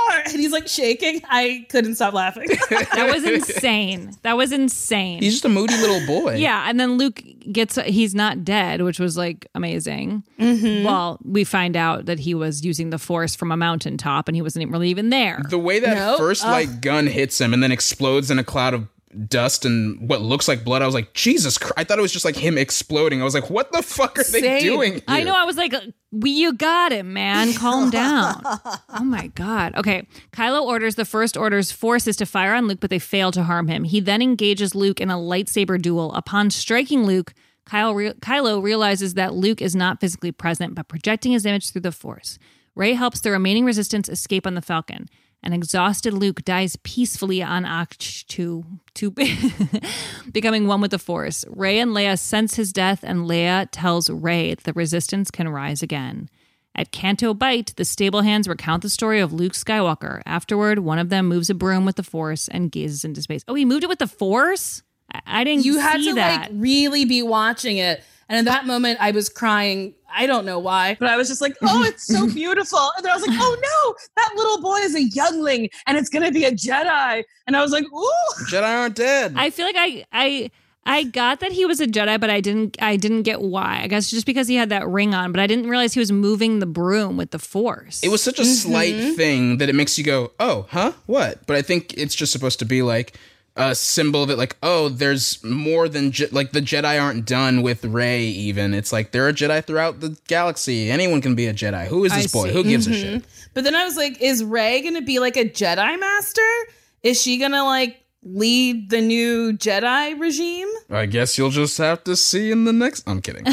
G: more. And he's like shaking. I couldn't stop laughing.
H: that was insane. That was insane.
I: He's just a moody little boy.
H: Yeah, and then Luke gets he's not dead, which was like amazing.
I: Mm-hmm.
G: Mhm.
H: Well, we find out that he was using the force from a mountaintop and he wasn't even really even there.
I: The way that
H: No.
I: first
H: Ugh.
I: like gun hits him and then explodes in a cloud of dust and what looks like blood, I was like, Jesus Christ! I thought it was just like him exploding. I was like, what the fuck are they doing? Here?
H: I know. I was like, we, you got it, man. Calm down. oh my God. Okay. Kylo orders the First Order's forces to fire on Luke, but they fail to harm him. He then engages Luke in a lightsaber duel. Upon striking Luke, Kyle re- Kylo realizes that Luke is not physically present, but projecting his image through the Force. Ray helps the remaining resistance escape on the Falcon. An exhausted Luke dies peacefully on Akch 2, two becoming one with the Force. Ray and Leia sense his death, and Leia tells Ray that the resistance can rise again. At Canto Bight, the stable hands recount the story of Luke Skywalker. Afterward, one of them moves a broom with the Force and gazes into space. Oh, he moved it with the Force? I, I didn't
G: you
H: see
G: had to
H: that.
G: like really be watching it. And in that moment, I was crying. I don't know why, but I was just like,
K: oh, it's so beautiful. And then I was like, oh no, that little boy is a youngling and it's going to be a Jedi. And I was like, ooh.
I: Jedi aren't dead.
H: I feel like I I I got that he was a Jedi, but I didn't I didn't get why. I guess just because he had that ring on, but I didn't realize he was moving the broom with the force.
I: It was such a
G: Mm-hmm.
I: slight thing that it makes you go, oh, huh, what? But I think it's just supposed to be like a symbol that, like, oh, there's more than Je- like the Jedi aren't done with Ray. Even it's like there are Jedi throughout the galaxy. Anyone can be a Jedi. Who is this boy? Who gives
G: Mm-hmm.
I: a shit?
G: But then I was like, is Ray going to be like a Jedi master? Is she going to like lead the new Jedi regime?
I: I guess you'll just have to see in the next. I'm kidding.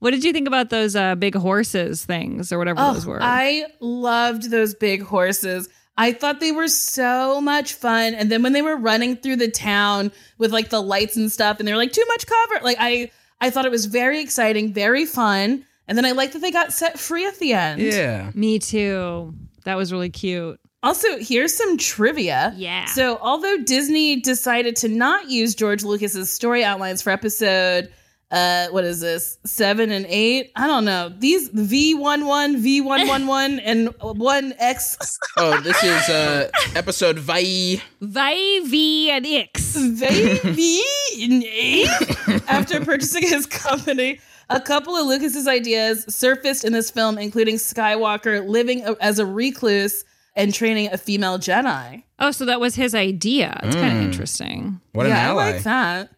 H: What did you think about those uh, big horses things or whatever
G: Oh,
H: those were?
G: I loved those big horses. I thought they were so much fun. And then when they were running through the town with like the lights and stuff, and they were like, too much cover. Like I I thought it was very exciting, very fun. And then I liked that they got set free at the end.
H: Me too. That was really cute.
G: Also, here's some trivia.
H: Yeah.
G: So, although Disney decided to not use George Lucas's story outlines for episode, uh, what is this, seven and eight? I don't know. These V11, V111, and 1X.
I: oh, this is uh episode Vi.
H: Vi, V, and X.
G: Vi, V, and X. After purchasing his company, a couple of Lucas's ideas surfaced in this film, including Skywalker living a- as a recluse and training a female Jedi.
H: Oh, so that was his idea. That's kind
I: Mm.
H: of interesting.
I: What an
G: yeah, I
I: ally.
G: like that.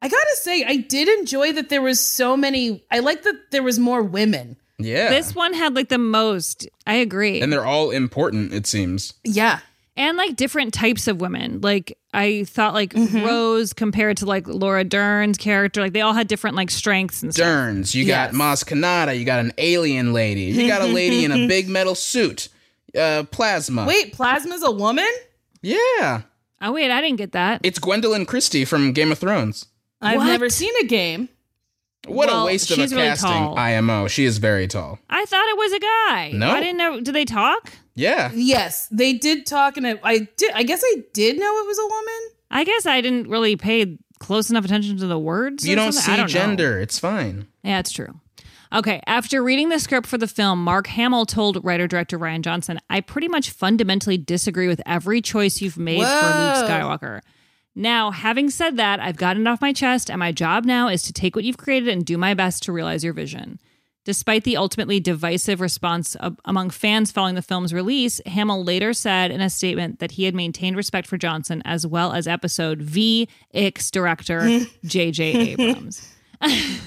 G: I gotta say, I did enjoy that there was so many. I like that there was more women.
I: Yeah.
H: This one had like the most. I agree.
I: and they're all important. It seems.
G: Yeah.
H: And like different types of women. Like I thought like Rose compared to like Laura Dern's character, like they all had different like strengths and stuff.
I: Derns. You got Maz Kanata. You got an alien lady. You got a lady in a big metal suit. Uh, plasma.
G: Wait, Plasma's a woman?
I: Yeah.
H: Oh wait, I didn't get that.
I: It's Gwendolyn Christie from Game of Thrones.
G: I've
H: What?
G: never seen a game.
I: What
H: Well,
I: a waste of a
H: she's really
I: casting.
H: tall.
I: IMO. She is very tall.
H: I thought it was a guy.
I: No.
H: I didn't know. Did they talk?
I: Yeah.
G: Yes, they did talk, and I, I did. I guess I did know it was a woman.
H: I guess I didn't really pay close enough attention to the words.
I: You
H: or
I: don't
H: something. I
I: see
H: don't know.
I: gender. It's fine.
H: Yeah, it's true. Okay, after reading the script for the film, Mark Hamill told writer director Ryan Johnson, I pretty much fundamentally disagree with every choice you've made for
G: Whoa.
H: Luke Skywalker. Now, having said that, I've gotten it off my chest, and my job now is to take what you've created and do my best to realize your vision. Despite the ultimately divisive response ab- among fans following the film's release, Hamill later said in a statement that he had maintained respect for Johnson as well as episode V X director J.J. Abrams.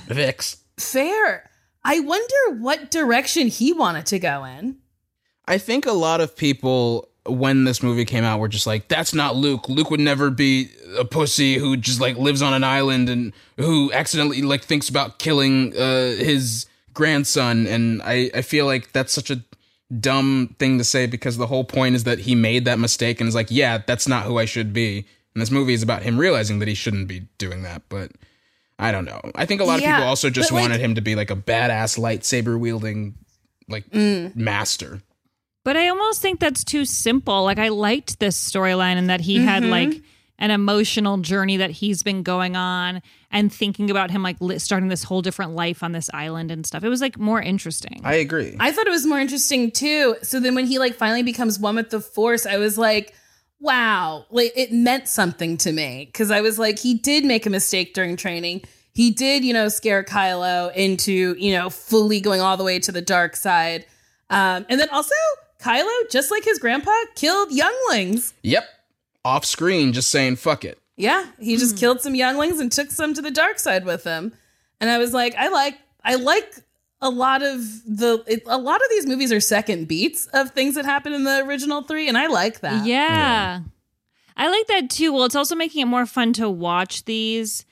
I: Vix.
G: Fair. I wonder what direction he wanted to go in.
I: I think a lot of people when this movie came out were just like, "That's not Luke. Luke would never be a pussy who just like lives on an island and who accidentally like thinks about killing uh, his grandson." And I I feel like that's such a dumb thing to say because the whole point is that he made that mistake and is like, "Yeah, that's not who I should be." And this movie is about him realizing that he shouldn't be doing that, but. I don't know. I think a lot
G: Yeah,
I: of people also just
G: but, like-
I: wanted him to be like a badass lightsaber wielding like
G: Mm.
I: master.
H: But I almost think that's too simple. Like I liked this storyline and that he had
G: Mhm.
H: like an emotional journey that he's been going on and thinking about him like li- starting this whole different life on this island and stuff. It was like more interesting.
I: I agree.
G: I thought it was more interesting too. So then when he like finally becomes one with the force, I was like, wow, like it meant something to me. Cause I was like, he did make a mistake during training. He did, you know, scare Kylo into, you know, fully going all the way to the dark side. Um, and then also Kylo, just like his grandpa, killed younglings.
I: Yep. Off screen, just saying, fuck it.
G: Yeah, he just killed some younglings and took some to the dark side with him. And I was like, I like, I like a lot of the, it, a lot of these movies are second beats of things that happened in the original three, and I like that.
H: Yeah. I like that too. Well, it's also making it more fun to watch these.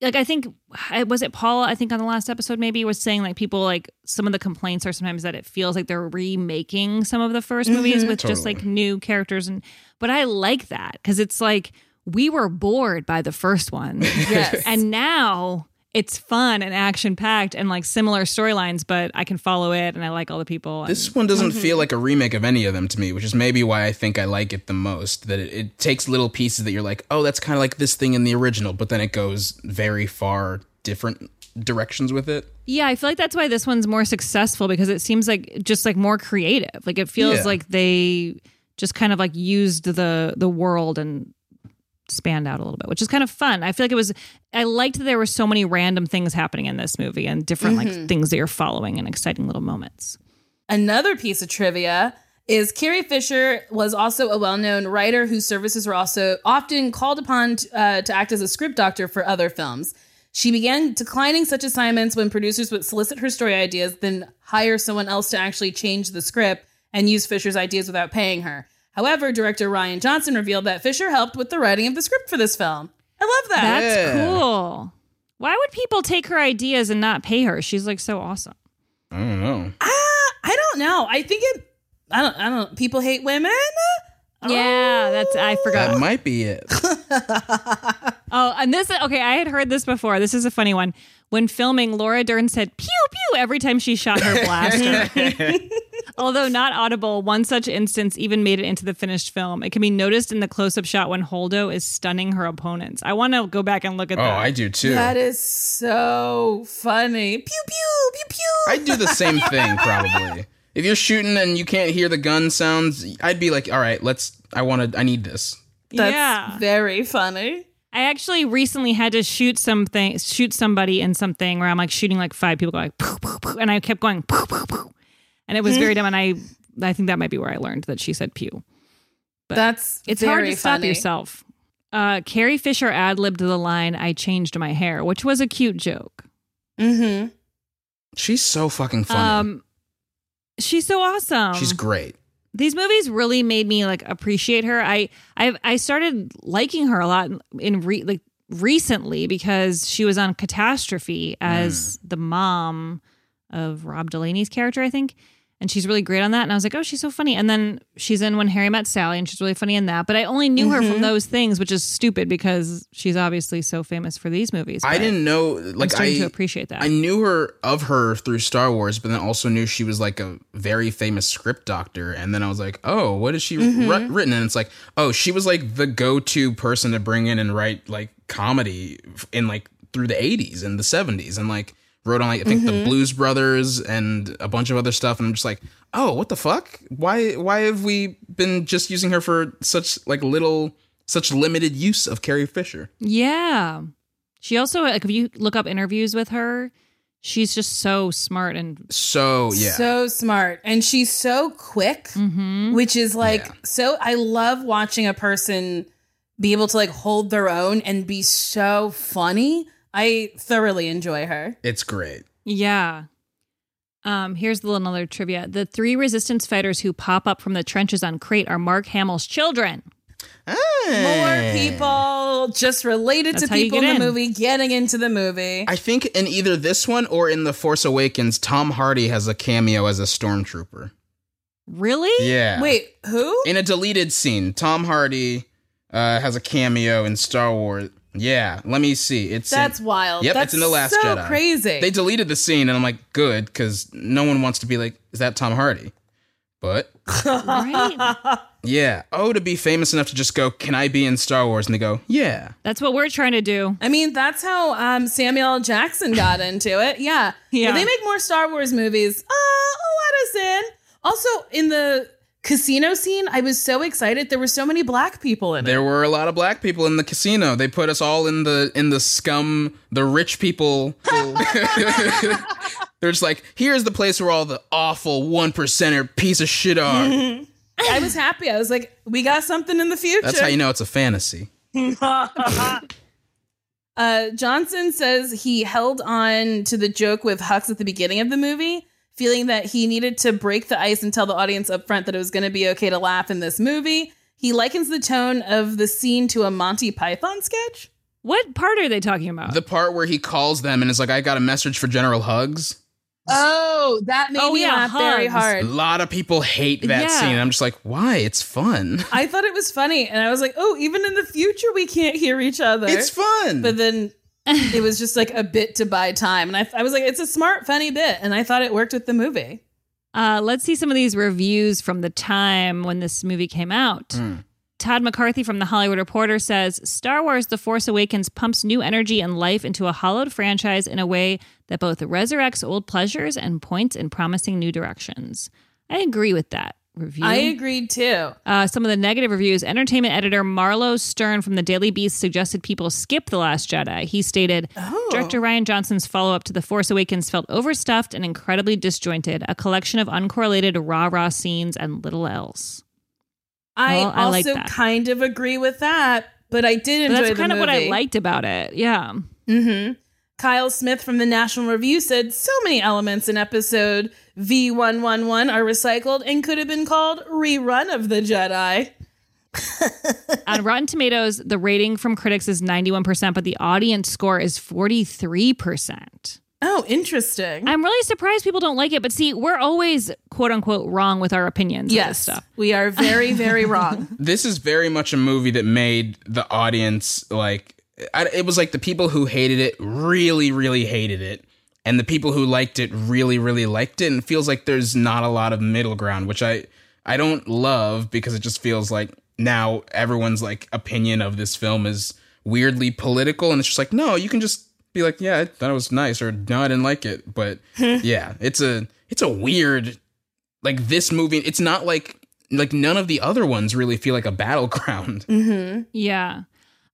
H: Like I think I- was it Paul? I think on the last episode maybe was saying like people like some of the complaints are sometimes that it feels like they're remaking some of the 1st
G: Mm-hmm.
H: movies
A: Mhm.
H: with just
A: Totally.
H: like new characters and but I like that cuz it's like we were bored by the first one.
G: Yes.
H: and now it's fun and action packed and like similar storylines but I can follow it and I like all the people. and-
I: This one
G: Mm-hmm.
I: doesn't feel like a remake of any of them to me, which is maybe why I think I like it the most. That it, it takes little pieces that you're like, oh, that's kind of like this thing in the original, but then it goes very far different directions with it.
H: Yeah, I feel like that's why this one's more successful because it seems like just like more creative. Like it feels
I: Yeah.
H: like they just kind of like used the the world and spanned out a little bit, which is kind of fun. I feel like it was I liked that there were so many random things happening in this movie and different
G: Mhm.
I: Mm-hmm.
H: like things that you're following and exciting little moments.
G: Another piece of trivia is Carrie Fisher was also a well-known writer whose services were also often called upon to, uh, to act as a script doctor for other films. She began declining such assignments when producers would solicit her story ideas, then hire someone else to actually change the script and use Fisher's ideas without paying her. However, director Ryan Johnson revealed that Fisher helped with the writing of the script for this film. I love that.
H: That's cool. Why would people take her ideas and not pay her? She's like so awesome.
I: I don't know.
G: I don't know. I think it. I don't. I don't. People hate women.
H: Yeah, that's I forgot.
I: That might be it.
H: Oh, and this okay, I had heard this before. This is a funny one. When filming, Laura Dern said pew pew every time she shot her blaster. Although not audible, one such instance even made it into the finished film. It can be noticed in the close up shot when Holdo is stunning her opponents. I want to go back and look at
I: Oh,
H: that.
I: I do too.
G: That is so funny. Pew pew pew pew.
I: I'd do the same thing probably. If you're shooting and you can't hear the gun sounds, I'd be like, all right, let's. I want to. I need this.
G: That's
H: yeah.
G: very funny.
H: I actually recently had to shoot something, shoot somebody in something where I'm like shooting like five people going poo poo poo, and I kept going poo poo poo, and it was
I: Hmm.
H: very dumb. And I, I think that might be where I learned that she said pew.
G: That's
H: it's hard
G: very
H: to stop
G: funny.
H: yourself. Uh, Carrie Fisher ad libbed the line "I changed my hair," which was a cute joke.
G: Mm-hmm.
I: She's so fucking funny.
H: Um, she's so awesome.
I: She's
G: um,
I: great.
H: these movies really made me like appreciate her. I I I started liking her a lot in re, like recently because she was on Catastrophe as
I: Mm.
H: the mom of Rob Delaney's character, I think. And she's really great on that. And I was like, oh, she's so funny. And then she's in When Harry Met Sally, and she's really funny in that. But I only knew her
I: Mhm.
H: from those things, which is stupid because she's obviously so famous for these movies.
I: I
H: But
I: didn't know.
H: I'm
I: Like
H: starting
I: I
H: to appreciate that.
I: I knew her of her through Star Wars, but then also knew she was like a very famous script doctor. And then I was like, oh, what is she
H: Mhm.
I: wri- written? And it's like, oh, she was like the go to person to bring in and write like comedy f- in like through the 80s and the 70s and like wrote on like I think the
H: Mm-hmm.
E: Mhm.
I: Blues Brothers and a bunch of other stuff. And I'm just like, oh, what the fuck? Why why have we been just using her for such like little such limited use of Carrie Fisher?
H: Yeah. She also like if you look up interviews with her, she's just so smart and
I: So Oh, yeah.
G: So smart. And she's so quick,
H: Mm-hmm.
G: which is like so. I love watching a person be able to like hold their own and be so funny. I thoroughly enjoy her.
I: it's great.
H: Yeah. Um, here's the little another trivia. The three resistance fighters who pop up from the trenches on Crate are Mark Hamill's children.
I: Eh.
G: More people just related
H: That's
G: to
H: how you
G: people in
H: get
G: the
H: in.
G: movie getting into the movie.
I: I think in either this one or in The Force Awakens, Tom Hardy has a cameo as a stormtrooper.
H: Really?
I: Yeah.
G: Wait, who?
I: In a deleted scene, Tom Hardy uh, has a cameo in Star Wars. Yeah, let me see. It's in-
G: That's wild.
I: Yep,
G: That's
I: it's in the Last
G: so
I: Jedi.
G: crazy.
I: They deleted the scene, and I'm like, good, because no one wants to be like, is that Tom Hardy? But yeah, oh, to be famous enough to just go, can I be in Star Wars? And they go, yeah.
H: That's what we're trying to do.
G: I mean, that's how um, Samuel L. Jackson got into it. Yeah.
H: Yeah.
G: If they make more Star Wars movies, uh, I'll let us in. Also, in the casino scene, I was so excited. There were so many black people in it.
I: There were a lot of black people in the casino. They put us all in the in the scum, the rich people. They're just like, here's the place where all the awful one percenter piece of shit are.
G: I was happy. I was like, we got something in the future.
I: That's how you know it's a fantasy.
G: uh, Johnson says he held on to the joke with Hux at the beginning of the movie, feeling that he needed to break the ice and tell the audience up front that it was going to be okay to laugh in this movie. He likens the tone of the scene to a Monty Python sketch.
H: What part are they talking about?
I: The part where he calls them and is like, I got a message for General Hugs.
G: Oh, that made
H: Oh,
G: me
H: yeah,
G: laugh very
H: Hugs.
G: hard.
I: A lot of people hate that
G: Yeah.
I: scene. I'm just like, why? It's fun.
G: I thought it was funny, and I was like, "Oh, even in the future, we can't hear each other.
I: It's fun."
G: But then it was just like a bit to buy time, and I, I was like, "It's a smart, funny bit," and I thought it worked with the movie.
H: Uh, let's see some of these reviews from the time when this movie came out. Todd McCarthy from The Hollywood Reporter says Star Wars The Force Awakens pumps new energy and life into a hollowed franchise in a way that both resurrects old pleasures and points in promising new directions. I agree with that review.
G: I agreed too.
H: Uh, some of the negative reviews. Entertainment editor Marlo Stern from the Daily Beast suggested people skip The Last Jedi. He stated,
G: Oh.
H: Director Ryan Johnson's follow up to The Force Awakens felt overstuffed and incredibly disjointed, a collection of uncorrelated rah rah scenes and little else.
G: I
H: Well, I
G: also
H: like that.
G: kind of agree with that, but I did
H: But
G: enjoy.
H: that's
G: the
H: kind of what I
G: movie.
H: liked about it. Yeah.
G: hmm Kyle Smith from the National Review said so many elements in episode V111 are recycled and could have been called rerun of the Jedi.
H: On Rotten Tomatoes, the rating from critics is 91%, but the audience score is 43%.
G: Oh, interesting.
H: I'm really surprised people don't like it, but see, we're always quote unquote wrong with our opinions of this
G: Yes,
H: stuff.
G: we are very, very wrong.
I: this is very much a movie that made the audience like I, it was like the people who hated it really really hated it and the people who liked it really really liked it and it feels like there's not a lot of middle ground which i i don't love because it just feels like now everyone's like opinion of this film is weirdly political and it's just like no you can just be like yeah i thought it was nice or no i didn't like it but yeah it's a it's a weird like this movie it's not like like none of the other ones really feel like a battleground
H: Mm-hmm. Yeah.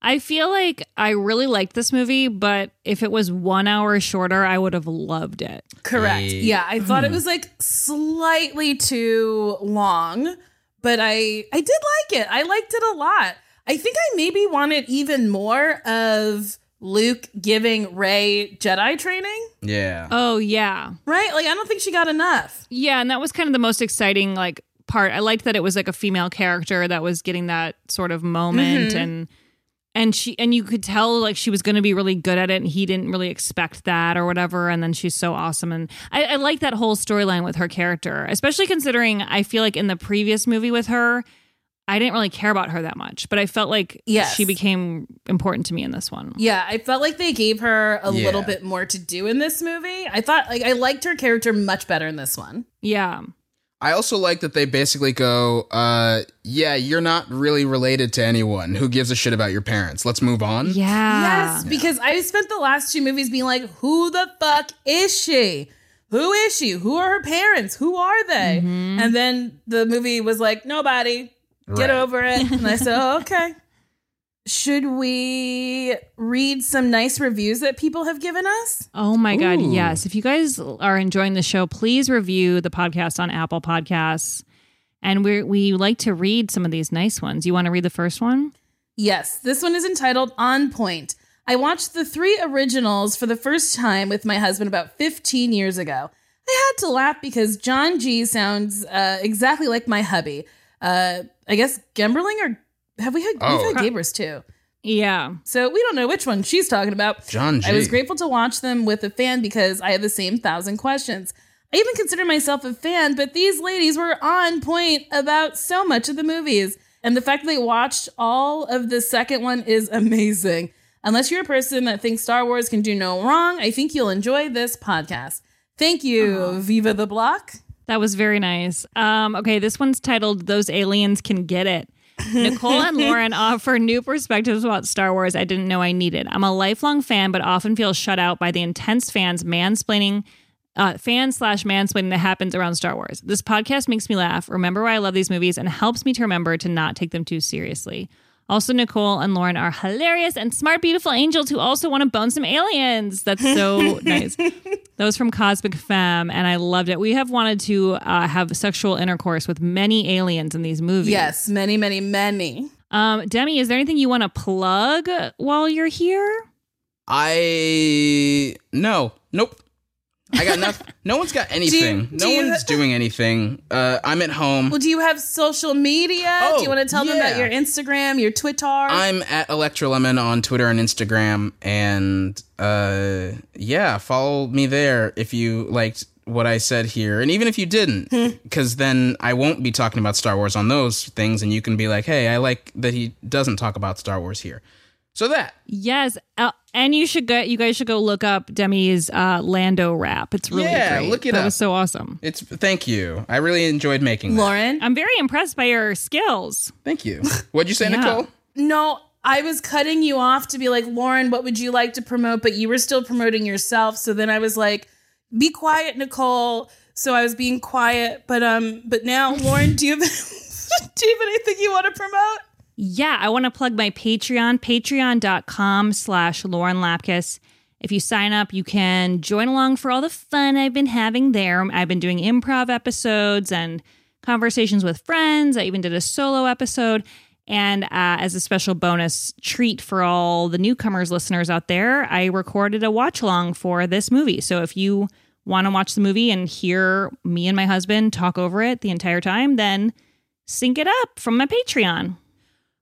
H: I feel like I really liked this movie, but if it was one hour shorter, I would have loved it.
G: Correct. Yeah, I thought it was like slightly too long, but I I did like it. I liked it a lot. I think I maybe wanted even more of Luke giving Ray Jedi training,
I: yeah
H: Oh, yeah.
G: right? Like I don't think she got enough.
H: Yeah. And that was kind of the most exciting, like, part. I liked that it was like a female character that was getting that sort of moment
G: Mhm.
H: and. And she and you could tell like she was going to be really good at it, and he didn't really expect that or whatever. And then she's so awesome, and I, I like that whole storyline with her character, especially considering I feel like in the previous movie with her, I didn't really care about her that much, but I felt like
G: Yes.
H: she became important to me in this one.
G: Yeah, I felt like they gave her a
H: Yeah.
G: little bit more to do in this movie. I thought like I liked her character much better in this one.
H: Yeah.
I: i also like that they basically go uh yeah you're not really related to anyone who gives a shit about your parents let's move on
H: Yeah.
G: Yes, because I spent the last two movies being like, who the fuck is she? Who is she? Who are her parents? Who are they? And then the movie was like, nobody,
I: Right.
G: get over it. And I said, oh, okay. Should we read some nice reviews that people have given us?
H: Oh my God.
G: Ooh.
H: Yes. If you guys are enjoying the show, please review the podcast on Apple Podcasts. And we we like to read some of these nice ones. You want to read the first one?
G: Yes, this one is entitled On Point. I watched the three originals for the first time with my husband about 15 years ago. I had to laugh because John G sounds uh, exactly like my hubby. Uh, I guess Gemberling or have we had,
I: Oh.
G: we've had Gabers too.
H: Yeah.
G: So we don't know which one she's talking about.
I: John G.
G: I was grateful to watch them with a fan because I have the same thousand questions. I even consider myself a fan, but these ladies were on point about so much of the movies. And the fact that they watched all of the second one is amazing. Unless you're a person that thinks Star Wars
I: Uh-huh.
G: can do no wrong, I think you'll enjoy this podcast. Thank you, Viva the Block.
H: That was very nice. Um, okay, this one's titled Those Aliens Can Get It. Nicole and Lauren offer new perspectives about Star Wars I didn't know I needed. I'm a lifelong fan, but often feel shut out by the intense fans mansplaining, uh, fan slash mansplaining that happens around Star Wars. This podcast makes me laugh, remember why I love these movies, and helps me to remember to not take them too seriously. Also, Nicole and Lauren are hilarious and smart, beautiful angels who also want to bone some aliens. That's so nice. That was from Cosmic Femme, and I loved it. We have wanted to uh, have sexual intercourse with many aliens in these movies.
G: Yes, many, many, many.
H: Um, Demi, is there anything you want to plug while you're here?
I: I no, nope. I got nothing. no one's got anything.
G: do
I: no
G: you-
I: one's doing anything. Uh, I'm at home.
G: Well, do you have social media? do you want to tell them about
I: Oh, yeah.
G: your Instagram, your Twitter?
I: I'm at Electrolemon on Twitter and Instagram, and uh, yeah, follow me there if you liked what I said here, and even if you didn't,
H: Hmm.
I: because then I won't be talking about Star Wars on those things, and you can be like, hey, I like that he doesn't talk about Star Wars here. So that
H: Yes, uh, and you should go. You guys should go look up Demi's uh, Lando rap. It's really
I: yeah,
H: great.
I: look it
H: that
I: up.
H: Was so awesome.
I: It's thank you. I really enjoyed making that.
G: Lauren,
H: I'm very impressed by your skills.
I: Thank you. What'd you say,
H: Yeah.
I: Nicole?
G: No, I was cutting you off to be like, Lauren, what would you like to promote? But you were still promoting yourself. So then I was like, be quiet, Nicole. So I was being quiet, but um, but now, Lauren, do you have do you have anything you want to promote?
H: Yeah, I want to plug my Patreon, patreon.com slash Lauren Lapkus. If you sign up, you can join along for all the fun I've been having there. I've been doing improv episodes and conversations with friends. I even did a solo episode. And uh, as a special bonus treat for all the newcomers listeners out there, I recorded a watch along for this movie. So if you want to watch the movie and hear me and my husband talk over it the entire time, then sync it up from my Patreon.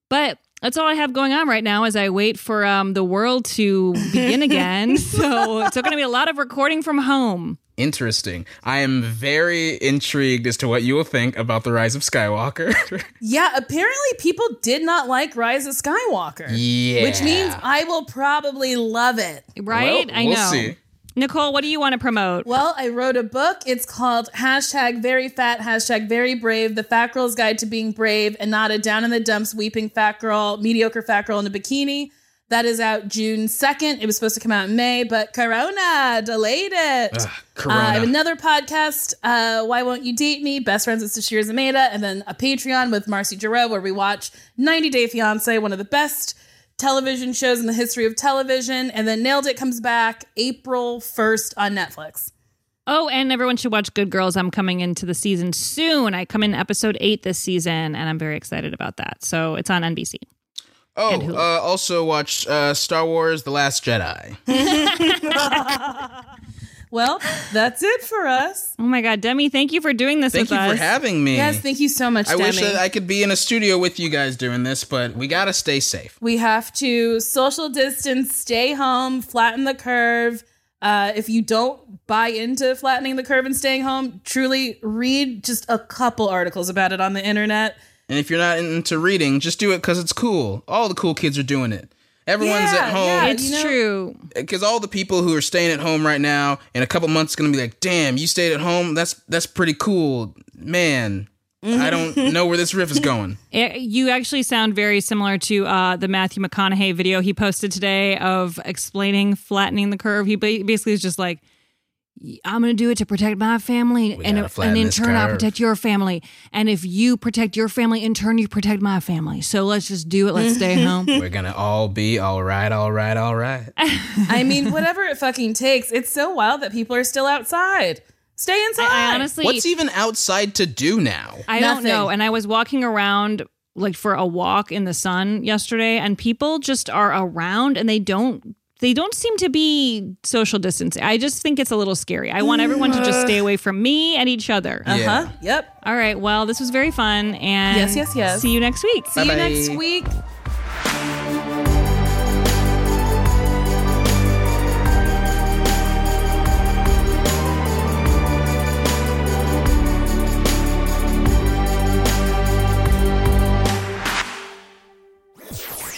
H: But that's all I have going on right now as I wait for um, the world to begin again. so it's going to be a lot of recording from home.
I: Interesting. I am very intrigued as to what you will think about the rise of Skywalker.
G: Yeah, apparently people did not like Rise of Skywalker.
I: Yeah.
G: Which means I will probably love it.
H: Right? I
I: we'll
H: know.
I: see.
H: Nicole, what do you want to promote?
G: Well, I wrote a book. It's called hashtag very fat, hashtag very brave, the fat girl's guide to being brave and not a down in the dumps weeping fat girl, mediocre fat girl in a bikini. That is out June 2nd. It was supposed to come out in May, but Corona delayed it.
I: Ugh,
G: Uh, I have
I: corona.
G: another podcast, uh, Why Won't You Date Me? Best Friends with Sashir Zameda, and then a Patreon with Marcy Giroux where we watch 90 Day Fiance, one of the best television shows in the history of television. And then Nailed It comes back April 1st on Netflix.
H: Oh, and everyone should watch Good Girls. I'm coming into the season soon. I come in episode eight this season, and I'm very excited about that. So it's on NBC.
I: Oh, uh, also watch uh, Star Wars: The Last Jedi.
G: Well, that's it for us.
H: Oh my God, Demi, thank you for doing this with
I: Thank you
H: us.
I: for having me.
G: Yes, thank you so much,
I: I
G: Demi.
I: wish that I could be in a studio with you guys doing this, but we gotta stay safe.
G: we have to social distance, stay home, flatten the curve. Uh, if you don't buy into flattening the curve and staying home, truly read just a couple articles about it on the internet.
I: And if you're not into reading, just do it because it's cool. All the cool kids are doing it. Everyone's
H: Yeah,
I: at home.
H: yeah, It's you know- true.
I: Because all the people who are staying at home right now, in a couple months, gonna be like, "Damn, you stayed at home. That's that's pretty cool, man."
G: Mm-hmm.
I: I don't know where this riff is going.
H: It, Eh, you actually sound very similar to uh, the Matthew McConaughey video he posted today of explaining flattening the curve. He ba- basically is just like, I'm going to do it to protect my family, and,
I: gotta
H: if-
I: flatten
H: and in
I: this
H: turn, I'll
I: curve.
H: protect your family. And if you protect your family, in turn, you protect my family. So let's just do it. Let's stay home.
I: We're gonna all be all right, all right, all right.
G: I mean, whatever it fucking takes. It's so wild that people are still outside. Stay inside.
H: I honestly-
I: What's even outside to do now?
H: I don't know. And I was walking around like for a walk in the sun yesterday and people just are around and they don't they don't seem to be social distancing. I just think it's a little scary. I want everyone to just stay away from me and each other.
G: Uh huh. Yep.
H: All right. Well, this was very fun and
G: Yes, yes, yes.
H: See you next week.
G: See you next week.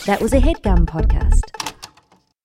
L: That was a headgum podcast.